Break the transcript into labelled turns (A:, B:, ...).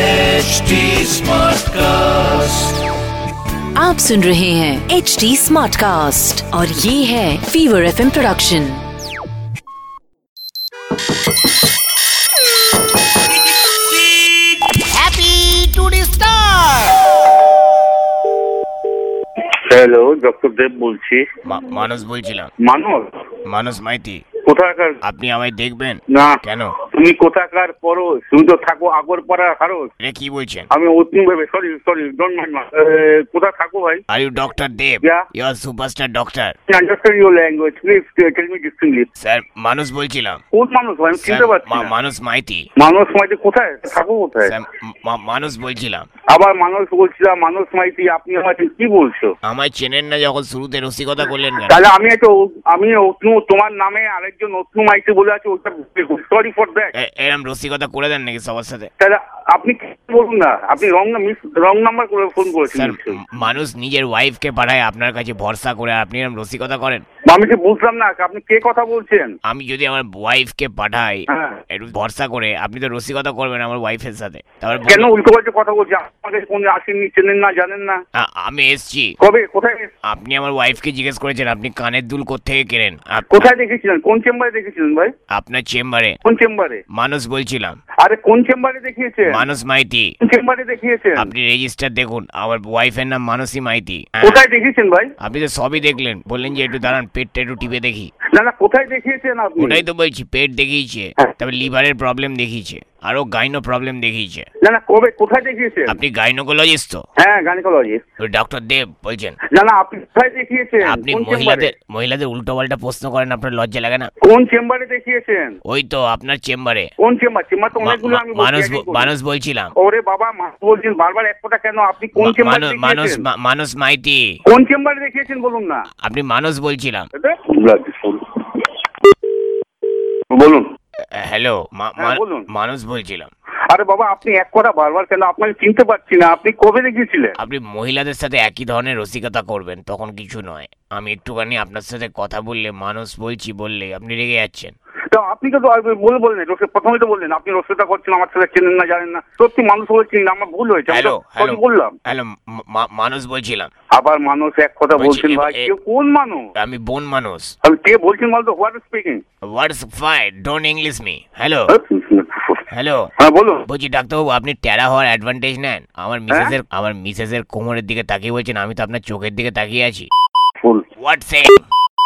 A: HD Smartcast.
B: आप सुन रहे हैं एच डी स्मार्ट कास्ट और ये है fever F production
C: Happy to the star!
D: Hello doctor Dev বলছি
E: মা- মানস বলছিলাম
D: মানস
E: মানস মাইতি
D: কোথাকার
E: আপনি আমায় দেখবেন
D: না
E: কেন
D: তুমি কোথাকার পরো তুমি তো থাকো আগরপাড়া হারস
E: রে কি বলছেন
D: আমি অতুন ভেবে সরি সরি ডোন্ট মাইন্ড মা কোথা থাকো ভাই
E: are you doctor Dev
D: Yeah.
E: You are superstar doctor
D: understand your language please tell me distinctly
E: sir মানুষ বলছিলাম
D: কোন মানুষ ভাই আমি
E: স্যার
D: চিনতে পারছি না।
E: মানুষ মাইতি
D: মানস মাইতি কোথায় থাকো কোথায়
E: স্যার মানুষ বলছিলাম
D: আবার মানস বলছিলাম মানস মাইতি আপনি আমাকে কি বলছো
E: আমায় চেনেন না যখন শুরুতে রসিকতা করলেন কেন
D: তাহলে আমি একটা ও- আমি অতনু তোমার নামে আরেকজন অতনু মাইতি বলে আছে ওটা সরি ফর দ্যাট
E: এ- এরম রসিকতা করে দেন নাকি সবার সাথে
D: তাহলে আপনি কি বলুন না আপনি রং না মিস রং নাম্বার করে ফোন করেছেন
E: স্যার
D: নিশ্চয়ই।
E: মানুষ নিজের ওয়াইফকে পাঠায় আপনার কাছে ভরসা করে আপনি এরম রসিকতা করেন
D: আমি কি বুঝলাম না আপনি কে কথা বলছেন
E: আমি যদি আমার ওয়াইফকে পাঠাই
D: হ্যাঁ।
E: একটু ভরসা করে আপনি তো রসিকতা করবেন আমার ওয়াইফের সাথে তারপর
D: কেন
E: বলুন,
D: উল্টো পাল্টে কথা বলছেন আমাদের কোন আসেননি চেনেন না জানেন না
E: আ- আমি এসছি
D: কবে কোথায়
E: আপনি আমার ওয়াইফকে জিজ্ঞেস করেছেন আপনি কানের দুল কোত্থেকে কেনেন আপ-
D: কোথায় দেখেছিলেন কোন চেম্বারে দেখেছিলেন ভাই
E: আপনার চেম্বারে
D: কোন চেম্বারে
E: মানুষ বলছিলাম
D: আরে কোন চেম্বারে দেখিয়েছেন
E: মানুষ মাইতি
D: কোন চেম্বারে দেখিয়েছেন
E: আপনি রেজিস্টার দেখুন আমার ওয়াইফের নাম মানসী মাইতি হ্যাঁ।
D: কোথায় দেখিয়েছেন ভাই
E: আপনি তো সবই দেখলেন বললেন যে একটু দাঁড়ান পেটটা একটু টিপে দেখি
D: না না কোথায় দেখিয়েছেন আপনি
E: ওটাই তো বলছি পেট দেখিয়েছে
D: হ্যাঁ।
E: তারপর লিভারের প্রবলেম দেখিয়েছে আরো গাইনো প্রবলেম দেখিয়েছে
D: না না কবে কোথায় দেখিয়েছেন
E: আপনি গাইনোকোলজিস্ট তো
D: হ্যাঁ গাইনোকোলজি
E: ডক্টর দেব বলছেন
D: না না আপনি কোথায় দেখিয়েছেন
E: আপনি
D: কোন চেম্বারে
E: মহিলাদের মহিলাদের উল্টো পাল্টা প্রশ্ন করেন আপনার লজ্জা লাগে না
D: কোন চেম্বারে দেখিয়েছেন
E: ওই তো আপনার চেম্বারে
D: কোন চেম্বার চেম্বার তো
E: মা-
D: অনেকগুলো
E: মা-
D: আমি
E: মানুষ
D: বলছি,
E: ব- মানুষ বলছিলাম
D: ওরে বাবা মানুষ বলছেন বারবার এক কথা কেন আপনি কোন
E: মা-
D: চেম্বারে
E: মানুষ মানুষ
D: দেখিয়েছেন
E: মা- মানুষ মাইতি
D: কোন চেম্বারে দেখিয়েছেন বলুন না
E: আপনি মানুষ বলছিলাম
D: বলুন
E: আহ, হ্যালো মা-
D: হ্যাঁ,
E: মা-
D: বলুন। হ্যাঁ।
E: মানুষ বলছিলাম
D: আরে বাবা আপনি এক কথা বারবার কেন আপনাকে চিনতে পারছি না আপনি কবে দেখিয়েছিলেন
E: আপনি মহিলাদের সাথে একই ধরনের রসিকতা করবেন তখন কিছু নয় আমি একটুখানি আপনার সাথে কথা বললে মানুষ বলছি বললে আপনি রেগে যাচ্ছেন
D: তো আপনি তো বলে বললেন রসে- প্রথমে তো বললেন আপনি রসিকতা করছেন আমার ছেলে চেনেন না জানেন না সত্যি মানুষ বলে চিনি আমার ভুল হয়েছে আমি
E: হ্যালো
D: তো
E: হ্যালো
D: সত্যি বললাম
E: হ্যালো মা- মা- মানুষ বলছিলাম
D: আবার মানুষ এক কথা
E: বলছি,
D: বলছেন
E: এ-
D: ভাই
E: এ-
D: কে কোন মানুষ
E: আমি বোন মানুষ
D: আমি কে বলছেন বলতো হোয়াট স্পিকিং
E: হোয়াটস ফাই don't English me hello hello
D: হ্যাঁ বলুন
E: বলছি ডাক্তারবাবু আপনি টেরা হওয়ার অ্যাডভান্টেজ নেন আমার
D: হ্যাঁ।
E: মিসেসের আমার মিসেসের কোমরের দিকে তাকিয়ে বলছেন আমি তো আপনার চোখের দিকে তাকিয়ে আছি
D: ফুল
E: হোয়াটস